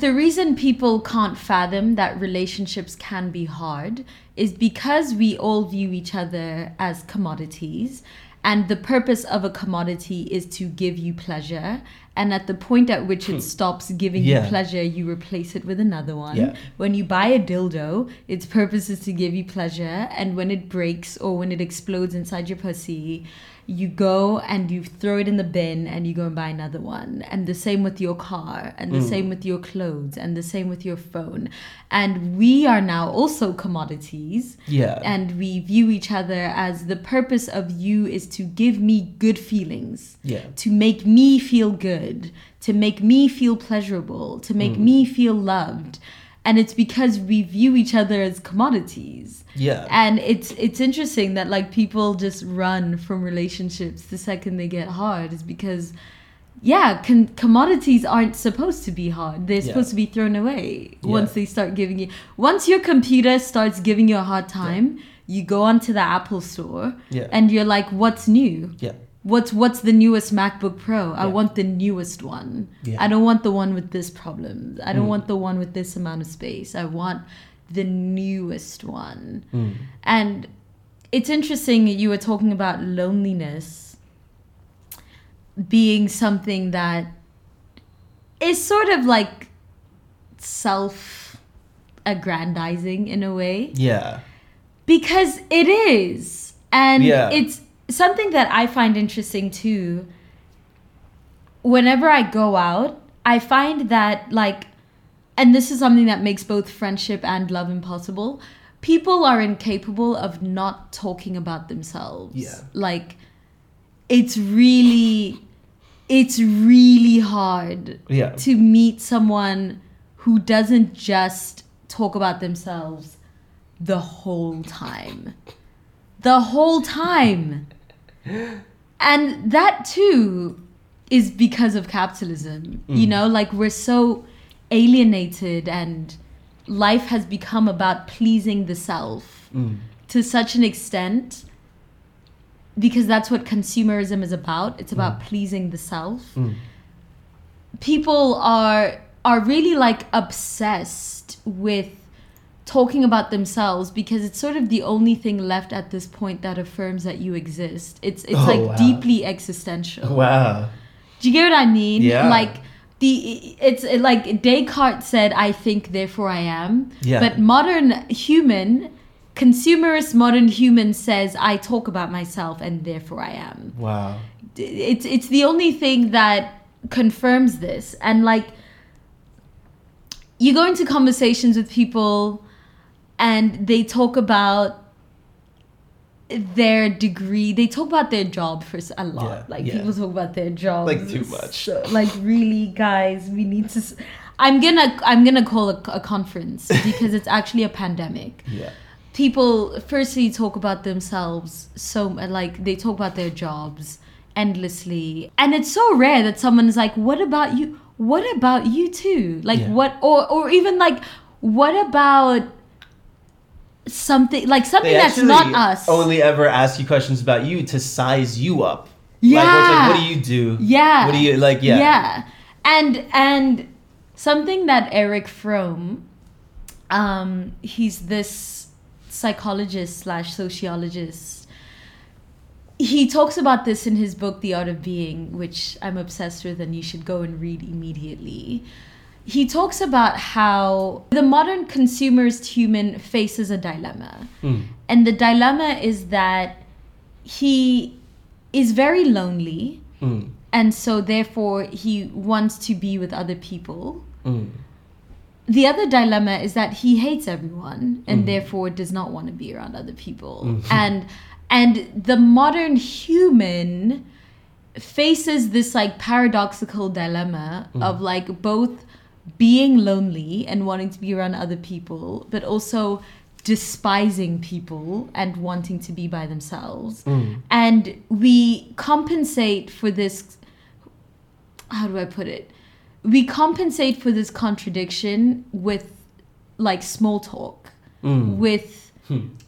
the reason people can't fathom that relationships can be hard is because we all view each other as commodities. And the purpose of a commodity is to give you pleasure. And at the point at which it stops giving Yeah. you pleasure, you replace it with another one. Yeah. When you buy a dildo, its purpose is to give you pleasure. And when it breaks or when it explodes inside your pussy, you go and you throw it in the bin and you go and buy another one. And the same with your car, and the same with your clothes, and the same with your phone. And we are now also commodities Yeah. and we view each other as the purpose of you is to give me good feelings Yeah. to make me feel good to make me feel pleasurable to make me feel loved and it's because we view each other as commodities Yeah. and it's it's interesting that like people just run from relationships the second they get hard is because yeah con- commodities aren't supposed to be hard they're Yeah. supposed to be thrown away Yeah. once they start giving you once your computer starts giving you a hard time you go onto the apple store Yeah. and you're like what's new yeah. what's what's the newest macbook pro i Yeah. want the newest one Yeah. Mm. i don't want the one with this problem i don't want the one with this amount of space i want the newest one Mm. and it's interesting you were talking about loneliness being something that is sort of like self aggrandizing in a way Yeah. because it is and Yeah. it's something that i find interesting too whenever i go out i find that like and this is something that makes both friendship and love impossible people are incapable of not talking about themselves Yeah. like it's really it's really hard Yeah. to meet someone who doesn't just talk about themselves the whole time. The whole time. And that too is because of capitalism. You know, like we're so alienated and life has become about pleasing the self Mm. to such an extent because that's what consumerism is about. It's about pleasing the self Mm. people are are really like obsessed with talking about themselves because it's sort of the only thing left at this point that affirms that you exist. It's it's Oh, like wow. deeply existential. Wow. Do you get what I mean? Yeah. Like the it's like Descartes said, "I think, therefore I am." Yeah. But modern human, consumerist modern human says, "I talk about myself, and therefore I am." Wow. it's it's the only thing that confirms this and like you go into conversations with people and they talk about their degree they talk about their job for s- a lot Yeah, like yeah. people talk about their job Like, too much. like really guys we need to s- i'm gonna i'm gonna call a, a conference because it's actually a pandemic Yeah. people firstly talk about themselves so like they talk about their jobs endlessly and it's so rare that someone is like what about you what about you too like Yeah. what or or even like what about something like something They that's actually not us Only ever ask you questions about you to size you up. Like, Yeah. what's like, what do you do? Yeah. What do you like? Yeah. Yeah. And and something that Eric Fromm, um, he's this psychologist slash sociologist. He talks about this in his book, The Art of Being, which I'm obsessed with and you should go and read immediately. He talks about how the modern consumerist human faces a dilemma. Mm. And the dilemma is that he is very lonely Mm. and so therefore he wants to be with other people Mm. the other dilemma is that he hates everyone and therefore does not want to be around other people and and the modern human faces this like paradoxical dilemma of like both being lonely and wanting to be around other people but also despising people and wanting to be by themselves and we compensate for this how do I put it? We compensate for this contradiction with like small talk, Mm. with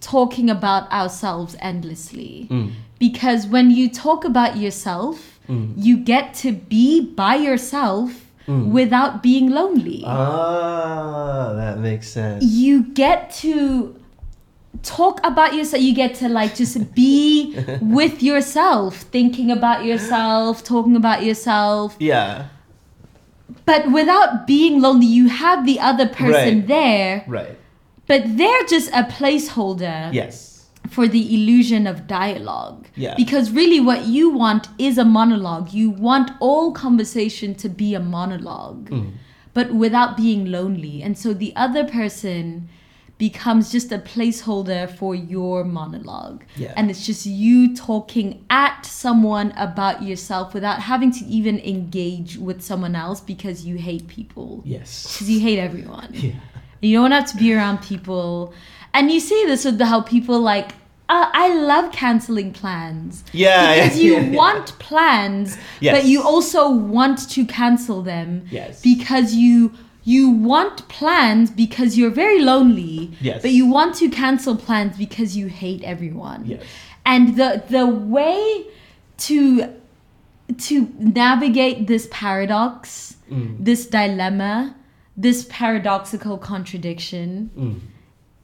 talking about ourselves endlessly. Hmm. Because when you talk about yourself, you get to be by yourself without being lonely. Ah, that makes sense. you get to talk about yourself you get to like just be with yourself thinking about yourself talking about yourself Yeah, but without being lonely you have the other person Right. there right. but they're just a placeholder Yes. for the illusion of dialogue Yeah. because really what you want is a monologue you want all conversation to be a monologue Mm. but without being lonely and so the other person becomes just a placeholder for your monologue Yeah. and it's just you talking at someone about yourself without having to even engage with someone else because you hate people Yes. because you hate everyone Yeah. you don't have to be around people. And you see this with the, how people like, uh, I love canceling plans. Yeah, Because yeah, you yeah, yeah. want plans, Yes. but you also want to cancel them. Yes. Because you you want plans because you're very lonely. Yes. But you want to cancel plans because you hate everyone. Yes. And the the way to to navigate this paradox, Mm. this dilemma, this paradoxical contradiction Mm.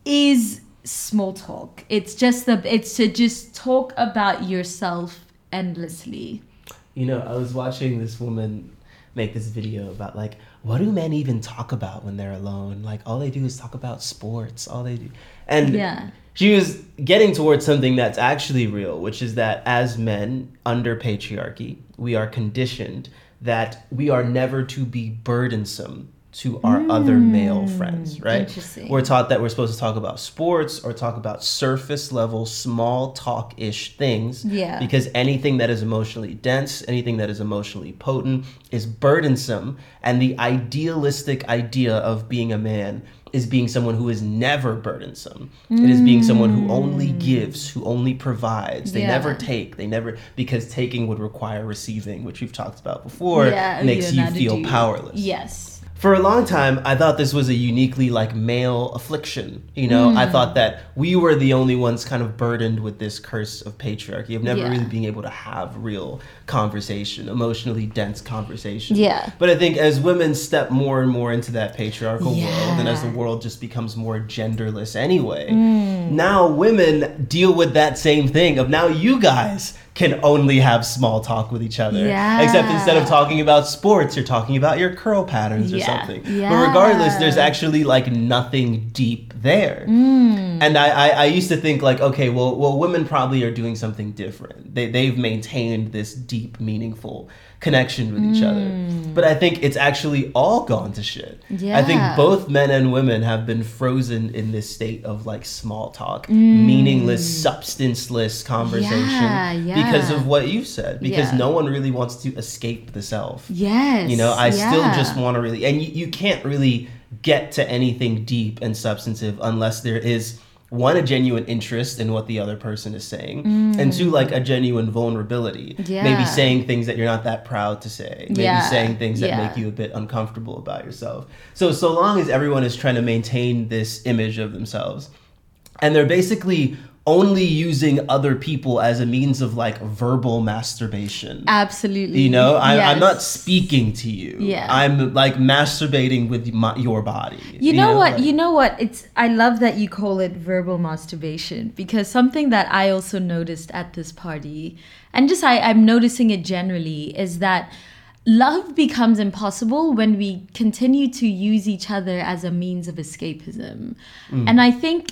is small talk. It's just the it's to just talk about yourself endlessly. You know, I was watching this woman make this video about like what do men even talk about when they're alone? Like all they do is talk about sports. All they do, and Yeah. she was getting towards something that's actually real, which is that as men under patriarchy, we are conditioned that we are never to be burdensome to our other male friends, right? Hmm. interesting. We're taught that we're supposed to talk about sports or talk about surface level, small talk ish things Yeah. because anything that is emotionally dense, anything that is emotionally potent, is burdensome. And the idealistic idea of being a man is being someone who is never burdensome. It is being someone who only gives, who only provides. They Mm. Yeah. never take. They never, because taking would require receiving, which we've talked about before, Yeah, makes you're you not a feel dude. powerless Yes. for a long time i thought this was a uniquely like male affliction you know i Mm. thought that we were the only ones kind of burdened with this curse of patriarchy of never Yeah. really being able to have real conversation emotionally dense conversation Yeah. but i think as women step more and more into that patriarchal world and as the Yeah. Mm. world just becomes more genderless anyway now women deal with that same thing of now you guys can only have small talk with each other except instead of Yeah. talking about sports you're talking about your curl patterns or Yeah. something. But regardless, there's Yeah. actually like nothing deep there. Mm. And I, I, I used to think like, okay, well, well, women probably are doing something different. They, they've maintained this deep, meaningful connection with each Mm. other. But I think it's actually all gone to shit. I think Yeah. both men and women have been frozen in this state of like small talk, meaningless, substanceless conversation Mm. Yeah, because yeah. of what you said. Because Yeah. no one really wants to escape the self. Yes. You know, I still yeah. just want to really, and you, you can't really get to anything deep and substantive unless there is one, a genuine interest in what the other person is saying, and two, like a genuine vulnerability. Maybe Mm. Yeah. saying things that you're not that proud to say, maybe Yeah, saying things that yeah. make you a bit uncomfortable about yourself. So, so long as everyone is trying to maintain this image of themselves, and they're basically only using other people as a means of like verbal masturbation. Absolutely. You know, I, I'm not Mm-hmm. Yes. speaking to you. Yeah. I'm like masturbating with my, your body. You know, what? like- you know what? It's I love that you call it verbal masturbation because something that I also noticed at this party, and just I, I'm noticing it generally, is that love becomes impossible when we continue to use each other as a means of escapism. And I think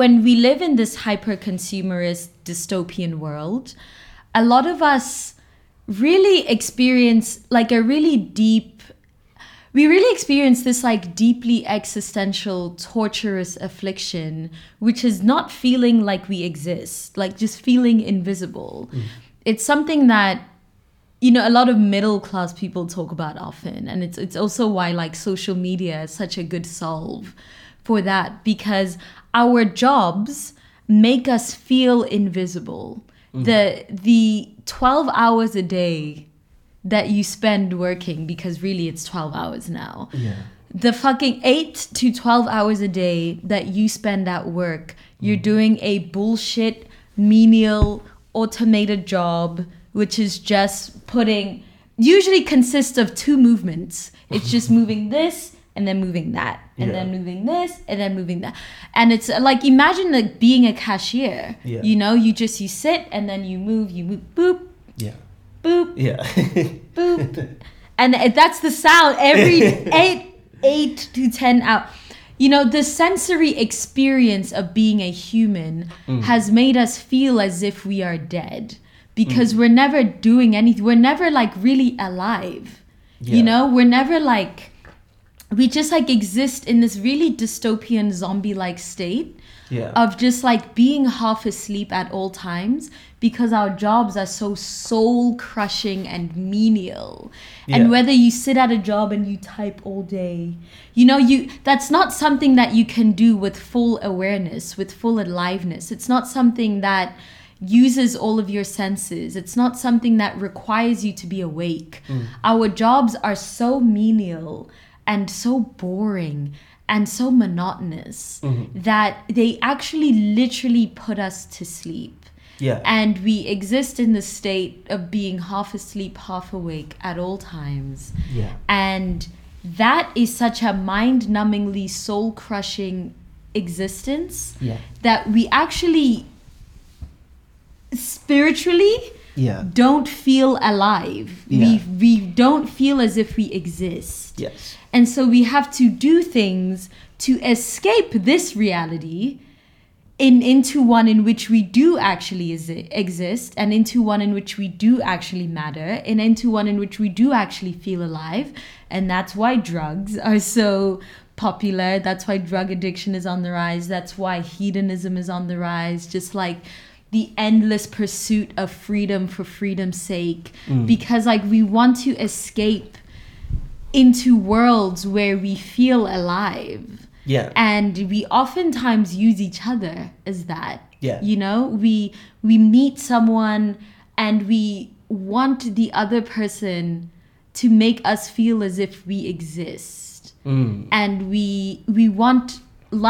when we live in this hyper consumerist dystopian world, a lot of us really experience like a really deep we really experience this like deeply existential torturous affliction which is not feeling like we exist like just feeling invisible it's something that you know a lot of middle class people talk about often and it's it's also why like social media is such a good solve for that because our jobs make us feel invisible the the 12 hours a day that you spend working because really it's 12 hours now Yeah. the fucking 8 to 12 hours a day that you spend at work Mm. you're doing a bullshit menial automated job which is just putting usually consists of two movements. It's just moving this and then moving that and Yeah. then moving this and then moving that. And it's uh, like imagine like being a cashier. Yeah. You know, you just you sit and then you move, you move boop, Yeah. boop, Yeah. boop. and it- that's the sound every 8 8 to 10 out. You know, the sensory experience of being a human has made us feel as if we are dead because we're never doing anything. We're never like really alive. Yeah. You know, we're never like we just like exist in this really dystopian zombie like state yeah. of just like being half asleep at all times because our jobs are so soul crushing and menial. Yeah. And whether you sit at a job and you type all day, you know, you that's not something that you can do with full awareness, with full aliveness. It's not something that uses all of your senses. It's not something that requires you to be awake. Our jobs are so menial and so boring and so monotonous that they actually literally put us to sleep. yeah. And we exist in the state of being half asleep, half awake at all times. yeah. And that is such a mind numbingly soul crushing existence Yeah. that we actually spiritually Yeah. don't feel alive. Yeah. We, we don't feel as if we exist. Yes. And so we have to do things to escape this reality in into one in which we do actually is- exist and into one in which we do actually matter and into one in which we do actually feel alive and that's why drugs are so popular that's why drug addiction is on the rise that's why hedonism is on the rise just like the endless pursuit of freedom for freedom's sake because like we want to escape into worlds where we feel alive Yeah. and we oftentimes use each other as that Yeah. you know we we meet someone and we want the other person to make us feel as if we exist Mm. and we we want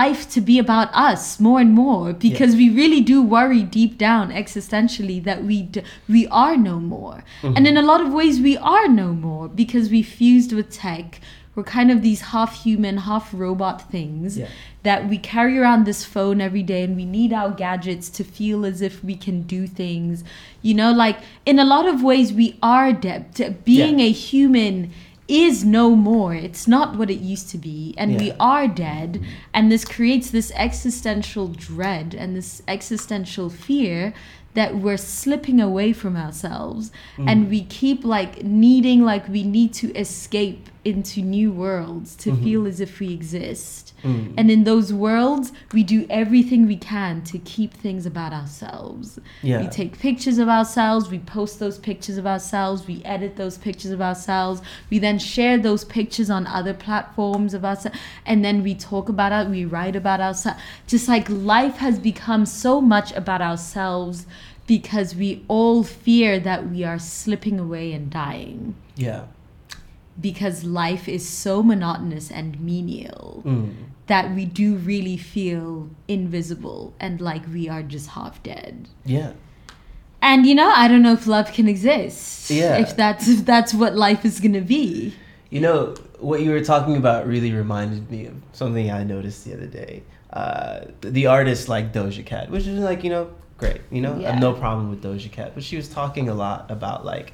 life to be about us more and more because we really do worry deep down existentially that we d- we are no more Mm-hmm. and in a lot of ways we are no more because we fused with tech we're kind of these half human half robot things Yeah. that we carry around this phone every day and we need our gadgets to feel as if we can do things you know like in a lot of ways we are debt being Yeah. a human is no more it's not what it used to be and we Yeah. are dead and this creates this existential dread and this existential fear that we're slipping away from ourselves Mm. and we keep like needing like we need to escape into new worlds to Mm-hmm. feel as if we exist Mm. and in those worlds we do everything we can to keep things about ourselves Yeah. we take pictures of ourselves, we post those pictures of ourselves, we edit those pictures of ourselves, we then share those pictures on other platforms of ourselves, and then we talk about it, we write about ourselves. Just like life has become so much about ourselves because we all fear that we are slipping away and dying Yeah. because life is so monotonous and menial that we do really feel invisible and like we are just half dead. Yeah. And you know, I don't know if love can exist. Yeah. If that's if that's what life is gonna be. You know, what you were talking about really reminded me of something I noticed the other day. Uh, the artist like Doja Cat, which is like, you know, great. You know, I Yeah. have no problem with Doja Cat. But she was talking a lot about like,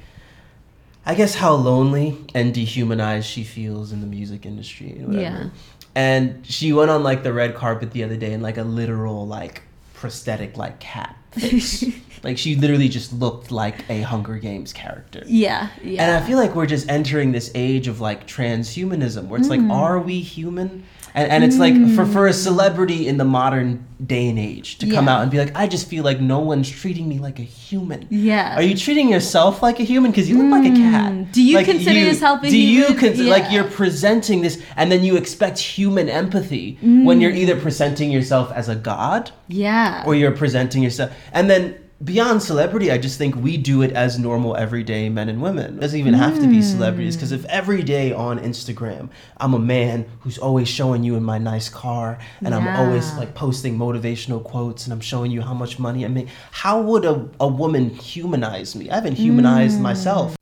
I guess how lonely and dehumanized she feels in the music industry and whatever. Yeah. And she went on like the red carpet the other day in like a literal like prosthetic like cat face. like she literally just looked like a Hunger Games character. Yeah. Yeah. And I feel like we're just entering this age of like transhumanism where it's like, Mm. are we human? And, and it's like for, for a celebrity in the modern day and age to come Yeah. out and be like, I just feel like no one's treating me like a human. yeah. Are you treating yourself like a human? Because you look like a cat. Mm. Do you Like, consider yourself a do you human? consider like Yeah. you're presenting this, and then you expect human empathy Mm. when you're either presenting yourself as a god yeah. or you're presenting yourself. And then beyond celebrity, I just think we do it as normal everyday men and women. It doesn't even have to Hmm. be celebrities because if every day on Instagram I'm a man who's always showing you in my nice car and I'm always Yeah. like posting motivational quotes and I'm showing you how much money I make, Hmm. how would a, a woman humanize me? I haven't humanized myself.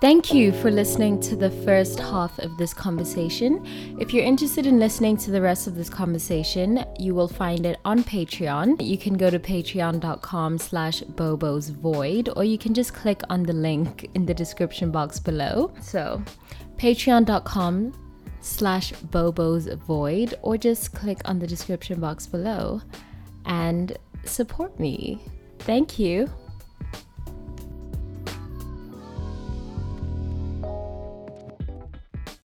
Thank you for listening to the first half of this conversation. If you're interested in listening to the rest of this conversation, you will find it on Patreon. You can go to patreon.com slash bobosvoid, or you can just click on the link in the description box below. So patreon.com slash bobosvoid, or just click on the description box below and support me. Thank you.